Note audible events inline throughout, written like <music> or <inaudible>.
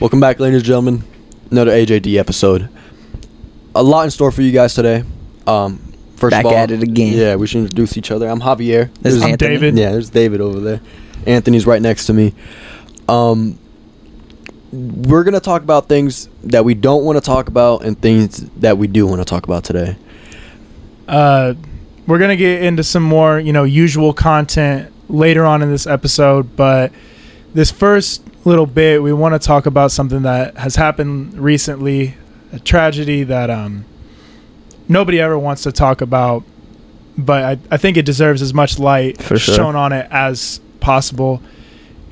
Welcome back, ladies and gentlemen. Another AJD episode. A lot in store for you guys today. Um, first Back of all, at it again. Yeah, we should introduce each other. I'm Javier. This is There's- I'm Anthony. David. Yeah, there's David over there. Anthony's right next to me. Um, we're gonna talk about things that we don't want to talk about and things that we do want to talk about today. Uh, we're gonna get into some more, you know, usual content later on in this episode, but this first little bit, we want to talk about something that has happened recently, a tragedy that um, nobody ever wants to talk about, but I, I think it deserves as much light For sure. shown on it as possible,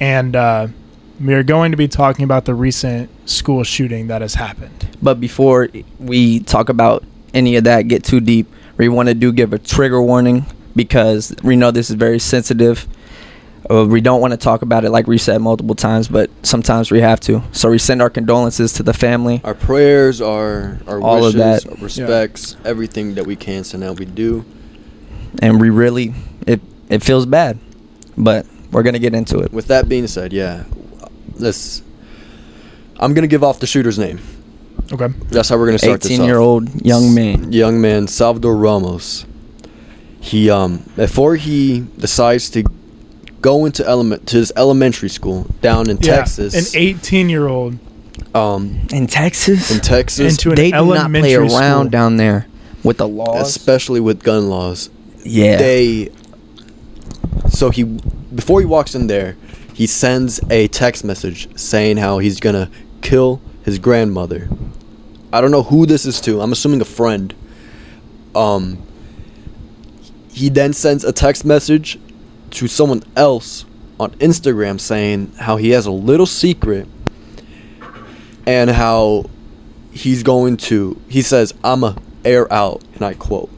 and uh, we are going to be talking about the recent school shooting that has happened. But before we talk about any of that, get too deep, we want to do give a trigger warning because we know this is very sensitive. Uh, we don't want to talk about it, like we said multiple times, but sometimes we have to. So we send our condolences to the family. Our prayers, our our All of wishes, that. our respects, everything that we can send out, we do. and we really it it feels bad, but we're gonna get into it. With that being said, yeah, let's. I'm gonna give off the shooter's name. Okay. That's how we're gonna start this. off. Eighteen-year-old young man. Young man, Salvador Ramos. He um before he decides to go into element to his elementary school down in Yeah, Texas. An 18 year old um in Texas. in Texas, into an they do not play elementary around school. down there with the laws. especially with gun laws, yeah, they so he before he walks in there he sends a text message saying how he's gonna kill his grandmother i don't know who this is to i'm assuming a friend um he then sends a text message to someone else on instagram saying how he has a little secret and how he's going to he says i'ma air out and i quote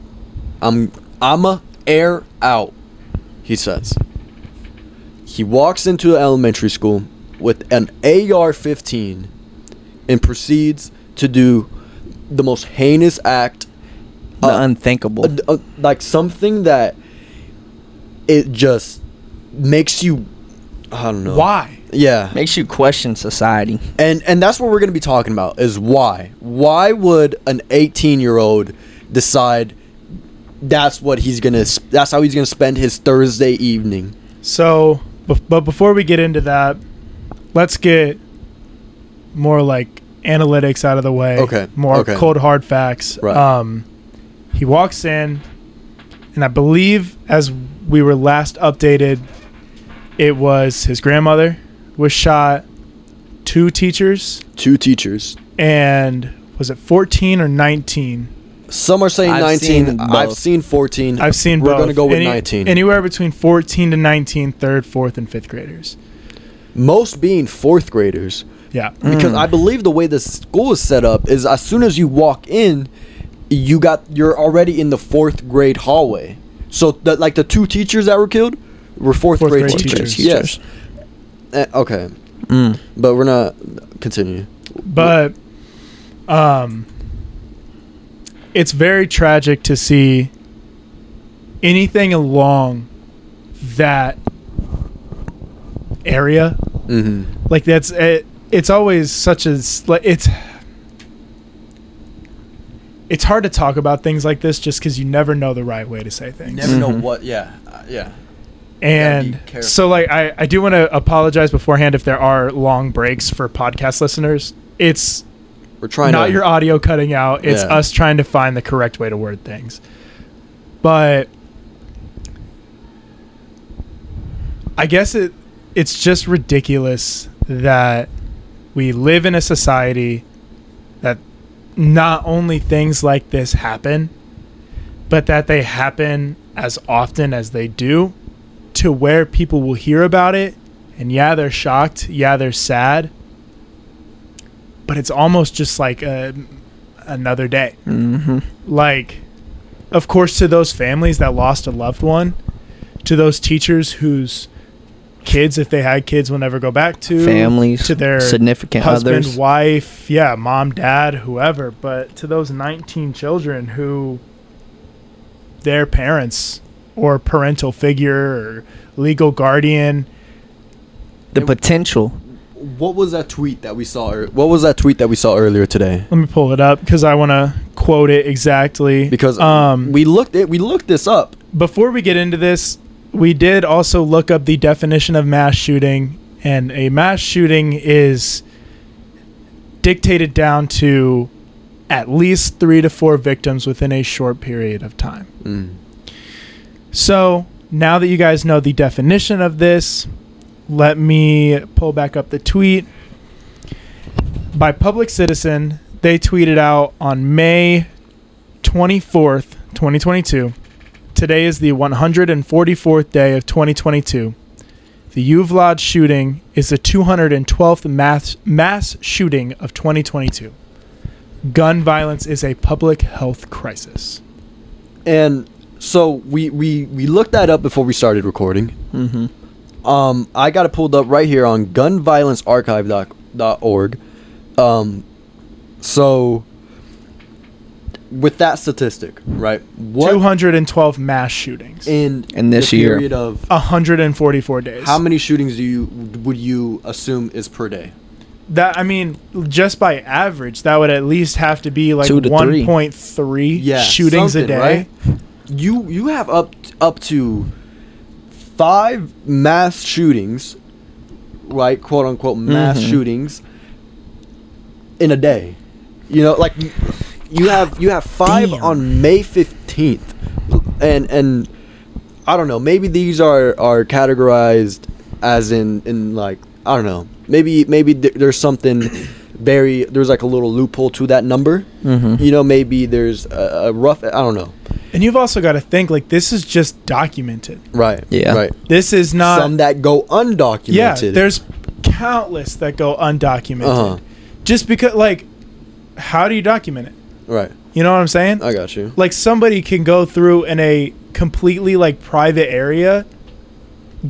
i'm i'ma air out he says he walks into the elementary school with an ar-15 and proceeds to do the most heinous act the uh, unthinkable. uh, uh, like something that it just makes you i don't know Why? yeah Makes you question society. and and that's what we're going to be talking about is why why would an 18 year old decide that's what he's going to that's how he's going to spend his thursday evening So, bef- but before we get into that, let's get more like analytics out of the way. Okay, More okay. cold hard facts. Right. Um, he walks in, and I believe as we were last updated, it was his grandmother was shot, two teachers, two teachers and was it 14 or 19? some are saying I've 19 seen i've both. seen 14 I've seen we're both. gonna go with Any- 19 Anywhere between 14 to 19, third, fourth, and fifth graders. most being fourth graders Yeah. because I believe the way the school is set up is as soon as you walk in, you got you're already in the fourth grade hallway. So the, like the two teachers that were killed were fourth, Fourth grade, grade teachers. Yes. teachers. Eh, okay, Mm. but we're not continue. but um it's very tragic to see anything along that area Mm-hmm. like that's it, it's always such as like it's it's hard to talk about things like this just because you never know the right way to say things Never know Mhm. what. Yeah, uh, yeah. be and careful. so like I, I do want to apologize beforehand if there are long breaks for podcast listeners it's We're trying not to. your audio cutting out. It's Yeah. us trying to find the correct way to word things. But I guess it it's just ridiculous that we live in a society that not only things like this happen, but that they happen as often as they do to where people will hear about it and yeah, they're shocked, yeah, they're sad, but it's almost just like a, another day. hmm Like, of course, to those families that lost a loved one, to those teachers whose kids, if they had kids, will never go back to Families, to their significant husband, others. wife, yeah, mom, dad, whoever. But to those 19 children who their parents or parental figure or legal guardian the potential what was that tweet that we saw? ear- What was that tweet that we saw earlier today? Let me pull it up because I want to quote it exactly. Because um, we looked it, we looked this up. before we get into this, we did also look up the definition of mass shooting, and a mass shooting is dictated down to at least three to four victims within a short period of time. Mm. So now that you guys know the definition of this, let me pull back up the tweet. By Public Citizen, they tweeted out on May 24th, 2022. Today is the 144th day of 2022. The Uvlad shooting is the 212th mass, mass shooting of 2022. Gun violence is a public health crisis. And so we we we looked that up before we started recording. Mm-hmm. Um, I got it pulled up right here on gunviolencearchive.org. Um, so with that statistic, right? What 212 mass shootings. in In this the year. period of 144 days. how many shootings do you would you assume is per day? That I mean, just by average, that would at least have to be like Two to three. 1.3 shootings a something, right? day. You you have up up to five mass shootings, right? Quote unquote mass Mm-hmm. Mhm. shootings in a day. You know, like you have you have five Damn. on May fifteenth, and and I don't know. Maybe these are are categorized as in in like I don't know. Maybe maybe th- there's something very there's like a little loophole to that number. Mhm. You know, maybe there's a, a rough. I don't know. And you've also got to think like this is just documented. Right. Yeah. Right. This is not. Some that go undocumented. yeah, there's countless that go undocumented. Uh-huh. Just because, like, how do you document it? right. You know what I'm saying? I got you. like somebody can go through in a completely like private area,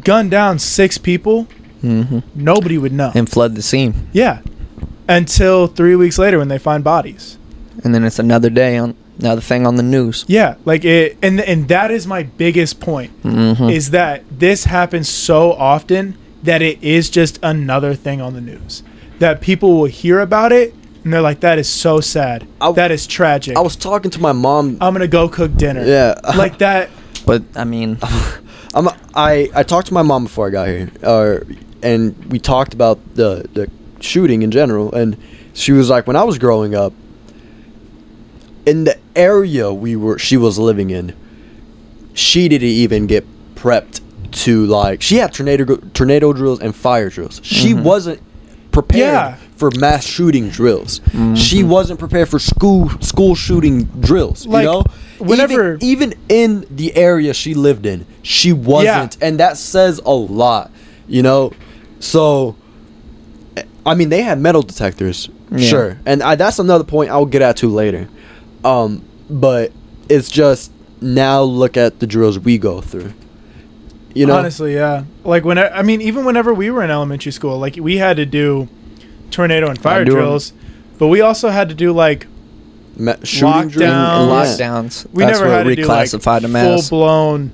gun down six people. Mm-hmm. Mhm. Nobody would know. And flood the scene, Yeah. Until three weeks later when they find bodies. and then it's another day on another thing on the news. Yeah. Like it and and that is my biggest point Mm-hmm. is that this happens so often that it is just another thing on the news. That people will hear about it and they're like, That is so sad. I- that is tragic. I was talking to my mom. I'm gonna go cook dinner. Yeah. <laughs> Like that But I mean, I'm, I I talked to my mom before I got here, uh, and we talked about the the shooting in general, and she was like, when I was growing up, in the area we were she was living in, she didn't even get prepped to like she had tornado gr- tornado drills and fire drills. She wasn't prepared Mm-hmm. Yeah. Mm-hmm. for mass shooting drills. She wasn't prepared for school school shooting drills. Like, you know, whenever- Even- even in the area she lived in, she wasn't, and that says a lot, you know. So, I mean, they had metal detectors, Yeah. sure, and I, that's another point I'll get at to later. Um, but it's just now look at the drills we go through, you know. Honestly, yeah. Like when I, I mean, even whenever we were in elementary school, like we had to do tornado and fire do 'em. drills, but we also had to do like Ma- shooting drills, Lockdowns. yeah. lockdowns. we that's never what had to do like reclassified them full as. blown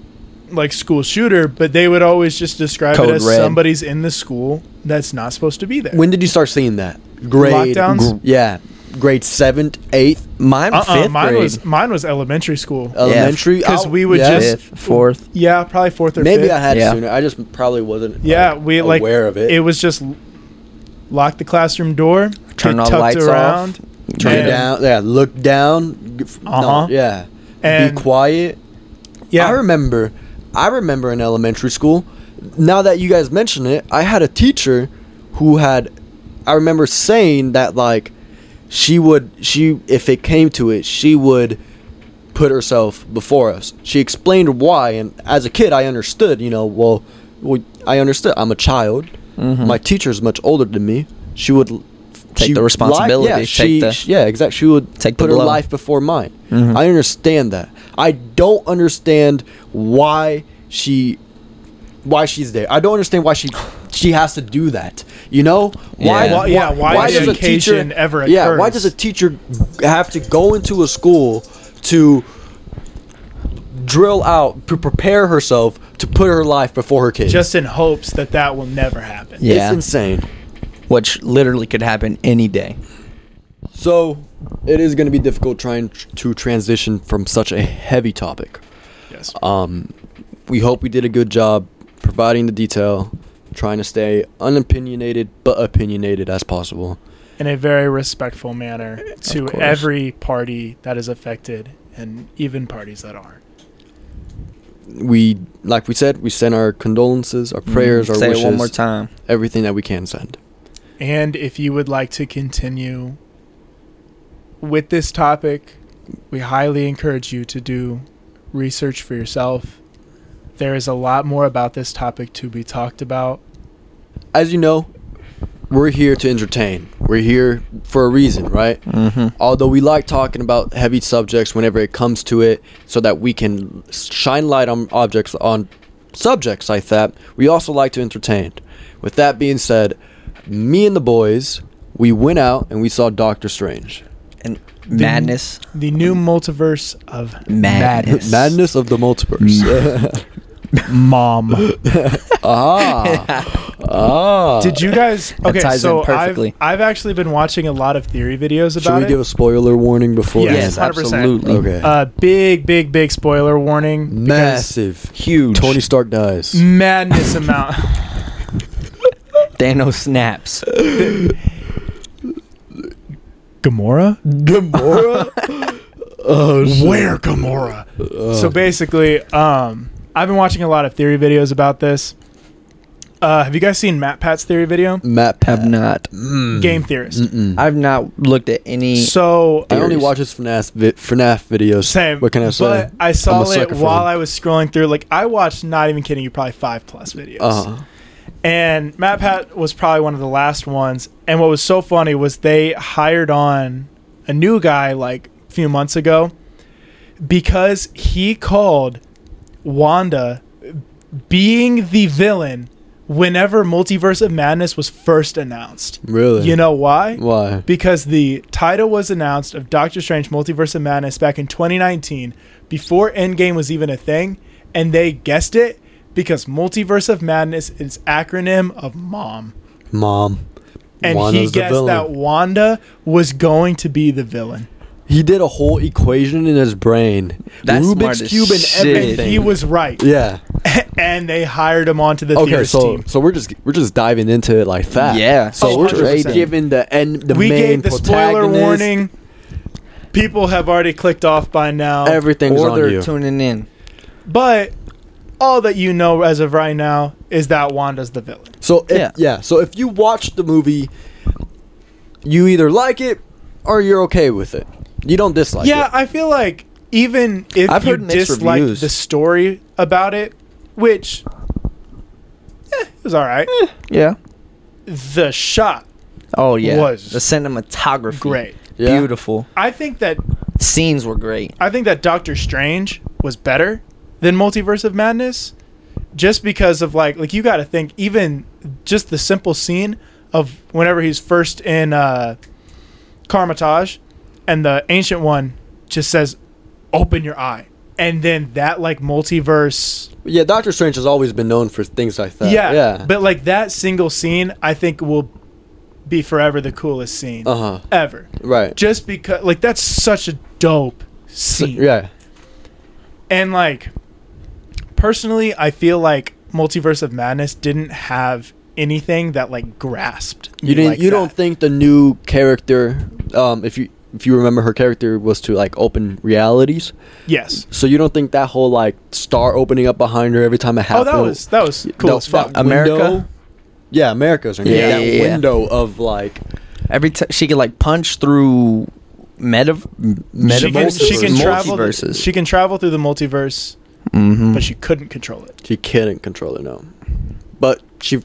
like school shooter, but they would always just describe Code it as red. somebody's in the school that's not supposed to be there. When did you start seeing that? Grade, Lockdowns? gr- yeah, grade seventh, eighth, Mine uh-uh, fifth mine grade. was mine was elementary school. Oh. elementary. 'Cause I- we would yeah. just- fifth, fourth. yeah, probably fourth or Maybe fifth. I had Yeah. sooner. I just probably wasn't. yeah, we like aware of it. It was just l- lock the classroom door, Turn get all the tucked lights around, off. Turn and- it down. Yeah, look down. g- f- no, Uh-huh. yeah, And- be quiet. Yeah, I remember. I remember in elementary school. Now that you guys mention it, I had a teacher who had. I remember saying that like, she would she if it came to it she would put herself before us. She explained why, and as a kid, I understood. You know, well, well I understood. I'm a child. My teacher's much older than me. She would l- Mm-hmm. Take she the li- responsibility, yeah, take she, the- she- yeah, exactly. She would Take the put her blow. Mm-hmm. life before mine. I understand that. I don't understand why she why she's there. I don't understand why she she has to do that. You know why? Yeah. Why, Yeah, why why does a education teacher ever Yeah, why occurs. does a teacher have to go into a school to drill out to prepare herself to put her life before her kids? just in hopes that that will never happen. Yeah. it's insane. which literally could happen any day. Mm-hmm. So it is going to be difficult trying tr- to transition from such a heavy topic. Yes. Um, we hope we did a good job providing the detail, trying to stay unopinionated but opinionated as possible. in a very respectful manner to course. every party that is affected and even parties that aren't. We, like we said, we send our condolences, our prayers, our Mm-hmm. Say wishes, it one more time. everything that we can send. And if you would like to continue with this topic, we highly encourage you to do research for yourself. There is a lot more about this topic to be talked about. As you know, we're here to entertain. We're here for a reason, right? Mm-hmm. although we like talking about heavy subjects whenever it comes to it so that we can shine light on objects on subjects like that we also like to entertain with that being said me and the boys we went out and we saw doctor strange And madness, The new multiverse of madness, madness of the <laughs> multiverse <laughs> mom. ah ah Did you guys? That Okay, ties so in perfectly. I've, I've actually been watching a lot of theory videos should about we it. give a spoiler warning before Yes, Yes, 100%. absolutely. okay uh, big, big, big spoiler warning. because massive Huge. tony stark dies Mm. Madness amount. <laughs> Thanos snaps. Gamora? gamora <laughs> oh shit. Uh. Where Gamora? Ugh. So basically, um, I've been watching a lot of theory videos about this. Uh, have you guys seen Matt Pat's theory video? matt Pat- Have not. Mm. Game theorist. Mm-mm. I've not looked at any. So I only theories. watch his FNAF, vi- FNAF videos. same. What can I say? But I saw I'm a it sucker for while them. I was scrolling through. Like I watched, not even kidding you, probably five plus videos. Uh, And Matt Pat was probably one of the last ones. And what was so funny was they hired on a new guy like a few months ago because he called Wanda being the villain whenever Multiverse of Madness was first announced. really? You know why? why? Because the title was announced of Doctor Strange Multiverse of Madness back in 2019 before Endgame was even a thing, and they guessed it because Multiverse of Madness is acronym of MOM. Mom. And he Wanda's the guessed villain. that Wanda was going to be the villain. he did a whole equation in his brain. That's smart Rubik's as cube and shit. And everything. he was right. yeah. and they hired him onto the Okay, theorist so team. so we're just we're just diving into it like that. Yeah. So Oh, we're 100%. just giving the end the we main gave the spoiler protagonist, warning. People have already clicked off by now. Everything's or on they're you. tuning in. But all that you know as of right now is that Wanda's the villain. so if, Yeah. yeah. So if you watch the movie, you either like it or you're okay with it. You don't dislike yeah, it. I feel like even if I've you heard mixed dislike reviews. the story about it, which eh, it was all right, Yeah. the shot Oh yeah. Was the cinematography great. Yeah. Beautiful. I think that Scenes were great. I think that Doctor Strange was better than Multiverse of Madness, just because of like like you got to think even just the simple scene of whenever he's first in uh, Carmitage, and the Ancient One just says, "Open your eye," and then that like multiverse Yeah, Doctor Strange has always been known for things like that. yeah, Yeah. But like that single scene, I think will be forever the coolest scene uh huh. ever. Right. Just because, like, that's such a dope So- scene. yeah. And like, personally, I feel like Multiverse of Madness didn't have anything that like grasped. me You didn't. like you don't that. think the new character, um, if you if you remember her character was to like open realities. Yes. So you don't think that whole like star opening up behind her every time it Oh, happened. that was that was cool that- as fuck. that America? window- yeah, America's. Yeah, Yeah, yeah, that yeah, yeah. window of like Every time she could like punch through meta she can, multiverse. she can travel. th- multiverses. She can travel through the multiverse, Mhm. but she couldn't control it. she couldn't control it no, but she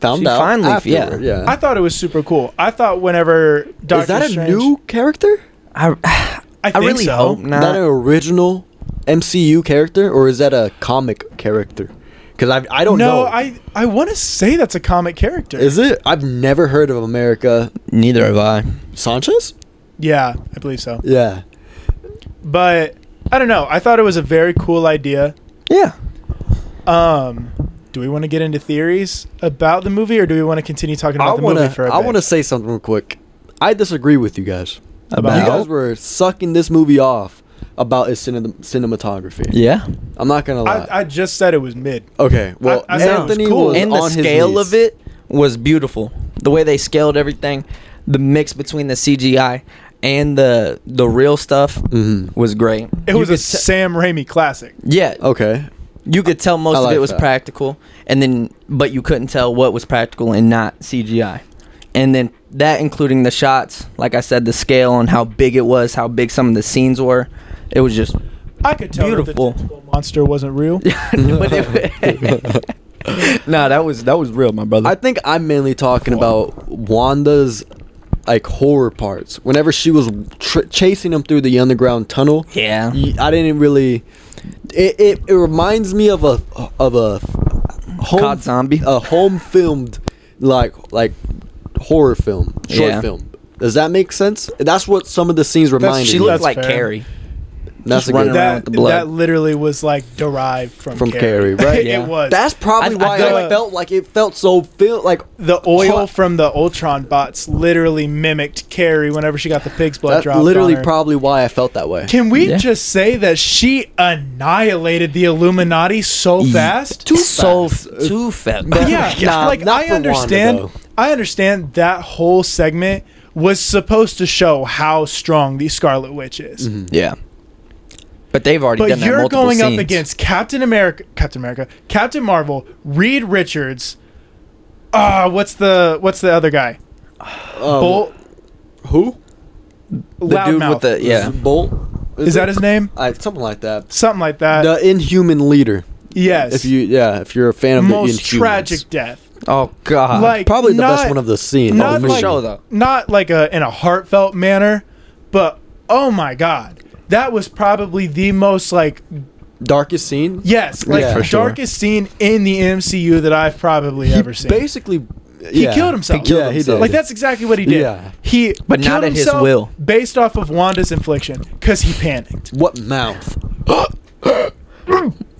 found She out finally- yeah. afterward. Yeah. I thought it was super cool. I thought whenever Doctor Is that a Strange, new character? I, I, I <sighs> think really so. hope Is that an not. original MCU character or is that a comic character? Because I I don't know. no, I I want to say that's a comic character. Is it? I've never heard of America Neither have I. Sanchez. yeah, I believe so. Yeah. But I don't know. I thought it was a very cool idea. Yeah. Um, do do we want to get into theories about the movie, or do we want to continue talking about I the wanna, movie for a I bit? want to say something real quick. I disagree with you guys. About- You guys were sucking this movie off about its cine- cinematography. yeah. I'm not gonna lie. I, I just said it was mid. okay, well, I- I said it was Anthony was, cool. and the on his scale knees. of it was beautiful. The way they scaled everything, the mix between the CGI and the the real stuff Mhm. was great. It You was a could te- Sam Raimi classic. yeah. Okay, You could tell most I of like it was that. practical, and then but you couldn't tell what was practical and not CGI. And then that including the shots, like I said, the scale and how big it was, how big some of the scenes were. It was just, <laughs> I could tell Beautiful. that the tentacle monster wasn't <laughs> real. but it, <laughs> nah, that was that was real, my brother. I think I'm mainly talking about Wanda's like horror parts. Whenever she was tr- chasing him through the underground tunnel, yeah, y- I didn't really. It, it, it reminds me of a of a home Cod zombie. a home filmed like like horror film short Yeah. film. Does that make sense? That's what some of the scenes remind she me. looked of. That's like fair. Carrie. That's just a good. running around That with the blood. that literally was like derived from From Carrie, <laughs> Carrie, right? Yeah. it was. That's probably I- I why feel it like- felt like it felt so feel like the oil Huh. from the Ultron bots literally mimicked Carrie whenever she got the pig's blood that's dropped literally on her. probably why I felt that way. Can we Yeah. just say that she annihilated the Illuminati so fast? too so fast. f- too fast. <laughs> <laughs> yeah, Nah, like not I for Wanda, understand. though. I understand that whole segment was supposed to show how strong the Scarlet Witch is. Mm-hmm. yeah. But they've already But done that you're multiple going scenes. up against Captain America, Captain America, Captain Marvel, Reed Richards. Ah, what's the what's the other guy? <sighs> Um, Bolt, who? the dude Loudmouth. with the yeah. Bolt. Is that it? his name? I, something like that. Something like that. The Inhuman leader. yes. If you, yeah, if you're a fan of most the Inhumans. tragic death. Oh god. Like probably the not- best one of the scene. not of the for movie. sure though. not like a in a heartfelt manner, but oh my god, that was probably the most like Darkest scene. yes, like Yeah, for darkest sure. scene in the MCU that I've probably he ever seen. basically. he killed himself. He killed Yeah, he himself. did. Like that's exactly what he did. Yeah. He But not killed at his himself will. based off of Wanda's infliction because he panicked. What mouth? <gasps> <gasps>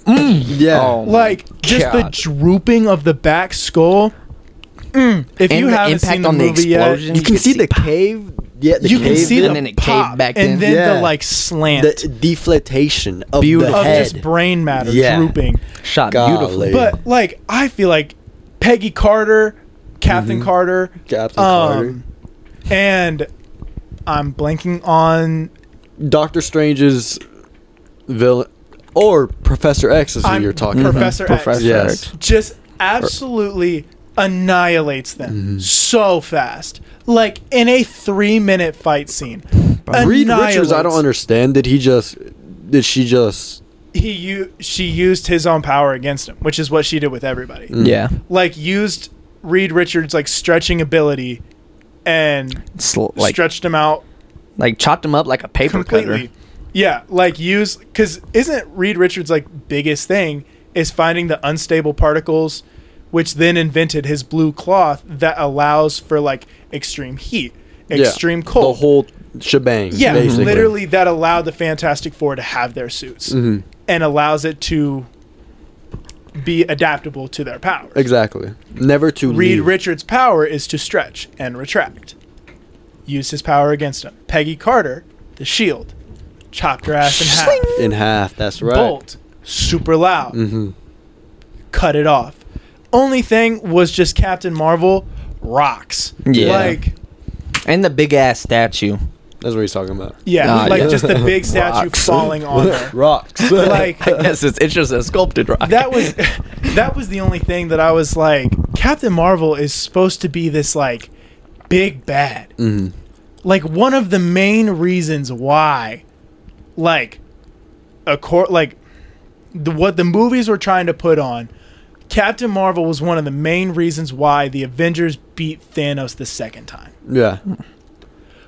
yeah. Oh. my Like just the God. drooping of the back skull. Mm, if And you the haven't impact seen the on the movie yet, explosion. You can see the pop. cave. Yeah, the you can cave see in. and the then it caved pop back in. and then the Yeah. like slant the deflatation of Beautiful. the of head. just brain matter Yeah. drooping. shot Golly. beautifully. But like, I feel like Peggy Carter, Captain Mm-hmm. Carter, Captain um, and I'm blanking on. Carter. Doctor Strange's villain, or Professor X is who I'm you're talking Professor X. Professor Yes. X. Just absolutely annihilates them Mm-hmm. so fast, like in a three-minute fight scene. about. Reed Richards, I don't Annihilates. understand. Did he just? Did she just? He u- she used his own power against him, which is what she did with everybody. Mm. Yeah. Like used Reed Richards' like stretching ability, and Sl- like stretched him out like chopped him up like a paper completely. cutter. Yeah, like use because isn't Reed Richards like biggest thing is finding the unstable particles, which then invented his blue cloth that allows for like extreme heat, extreme yeah, cold. The whole shebang. yeah, basically. literally that allowed the Fantastic Four to have their suits Mm-hmm. and allows it to be adaptable to their powers. Exactly. Never to Reed leave. Richards' power is to stretch and retract. Used his power against him. Peggy Carter, the shield, chopped her ass in half. in half. That's right. Bolt, super loud, Mm-hmm. cut it off. Only thing was just Captain Marvel rocks. Yeah. Like, And the big ass statue. <laughs> That's what he's talking about. yeah, Ah, like yeah. just the <laughs> big statue Rocks. falling on <laughs> her. <laughs> Rocks. <laughs> Like, I guess it's, it's just a sculpted rock. <laughs> that was that was the only thing that I was like, Captain Marvel is supposed to be this like big bad. Like one of the main reasons why, like, a court like the, what the movies were trying to put on. Captain Marvel was one of the main reasons why the Avengers beat Thanos the second time. yeah.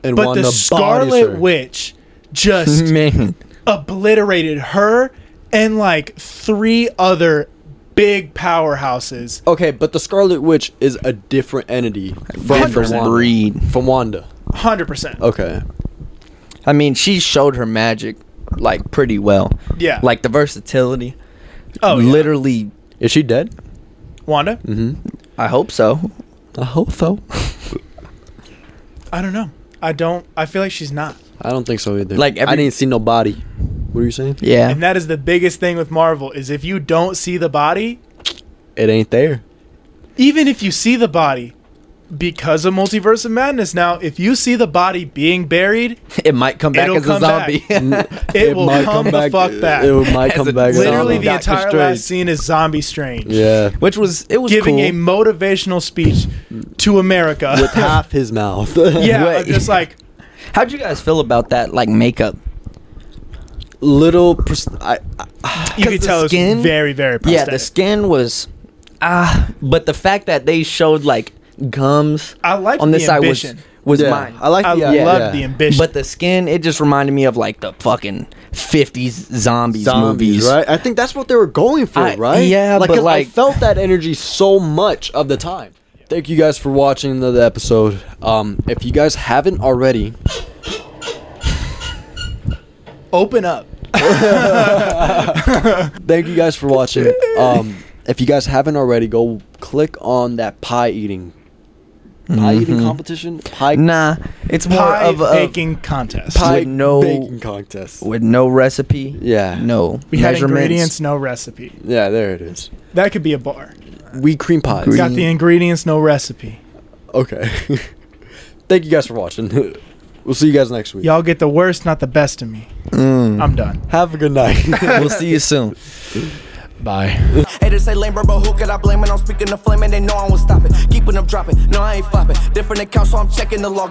And But Wanda the bodies her. Scarlet Witch <laughs> just man. obliterated her and like three other big powerhouses. Oh. Okay, but the Scarlet Witch is a different entity from, the 100%. Wanda, Breed. from Wanda. 100%. Oh. Okay. I mean, she showed her magic like pretty well. Yeah. Like the versatility. Oh, yeah. literally Is she dead? Wanda? Mm-hmm. hmm I hope so. I hope so. I don't know. I don't. I feel like she's not. I don't think so either. Like, I every- didn't see no body. What are you saying? Yeah. And that is the biggest thing with Marvel is if you don't see the body, It ain't there. even if you see the body, because of Multiverse of Madness now, if you see the body being <laughs> buried, <laughs> It might come back It'll as come a back. zombie. <laughs> it, will come, the fuck back. It might As come a- back. as a Literally, the zombie. Doctor entire Strange. last scene is Zombie Strange yeah, Which was it was giving cool. a motivational speech to America. with <laughs> half his <laughs> mouth. <laughs> <laughs> yeah, Right. just like How'd you guys feel about that like makeup? little. Pers- I, I, you 'Cause could the tell skin- it's very, very Yeah, prosthetic. the skin was ah, but the fact that they showed like gums I liked on this the side was ambition. was yeah, mine. I like. I the, love yeah, loved the yeah. ambition. But the skin, it just reminded me of like the fucking fifties zombies, movies. right? I think that's what they were going for, I- right? yeah, like, but, 'cause like- I felt that energy so much of the time. Thank you guys for watching another episode. Um, if you guys haven't already, Open up. thank you guys for watching. Um, if you guys haven't already, go click on that pie eating, pie eating competition, pie Nah, it's more Pie of a baking contest. Pie- pie with no- baking contest. with no recipe. Yeah. no we had ingredients, no recipe. Yeah, there it is. That could be a bar. We cream pies. Green- Got the ingredients, no recipe. Okay. <laughs> thank you guys for watching. <laughs> we'll see you guys next week. Y'all get the worst, not the best of me. Mm. I'm done. Have a good night. <laughs> <laughs> we'll see you soon. Bye. Hey, they say lame, bro, but who could I blame? And I'm speaking the flame, and they know I won't stop it. Keeping them dropping, no, I ain't flopping. Different accounts, so I'm checking the login.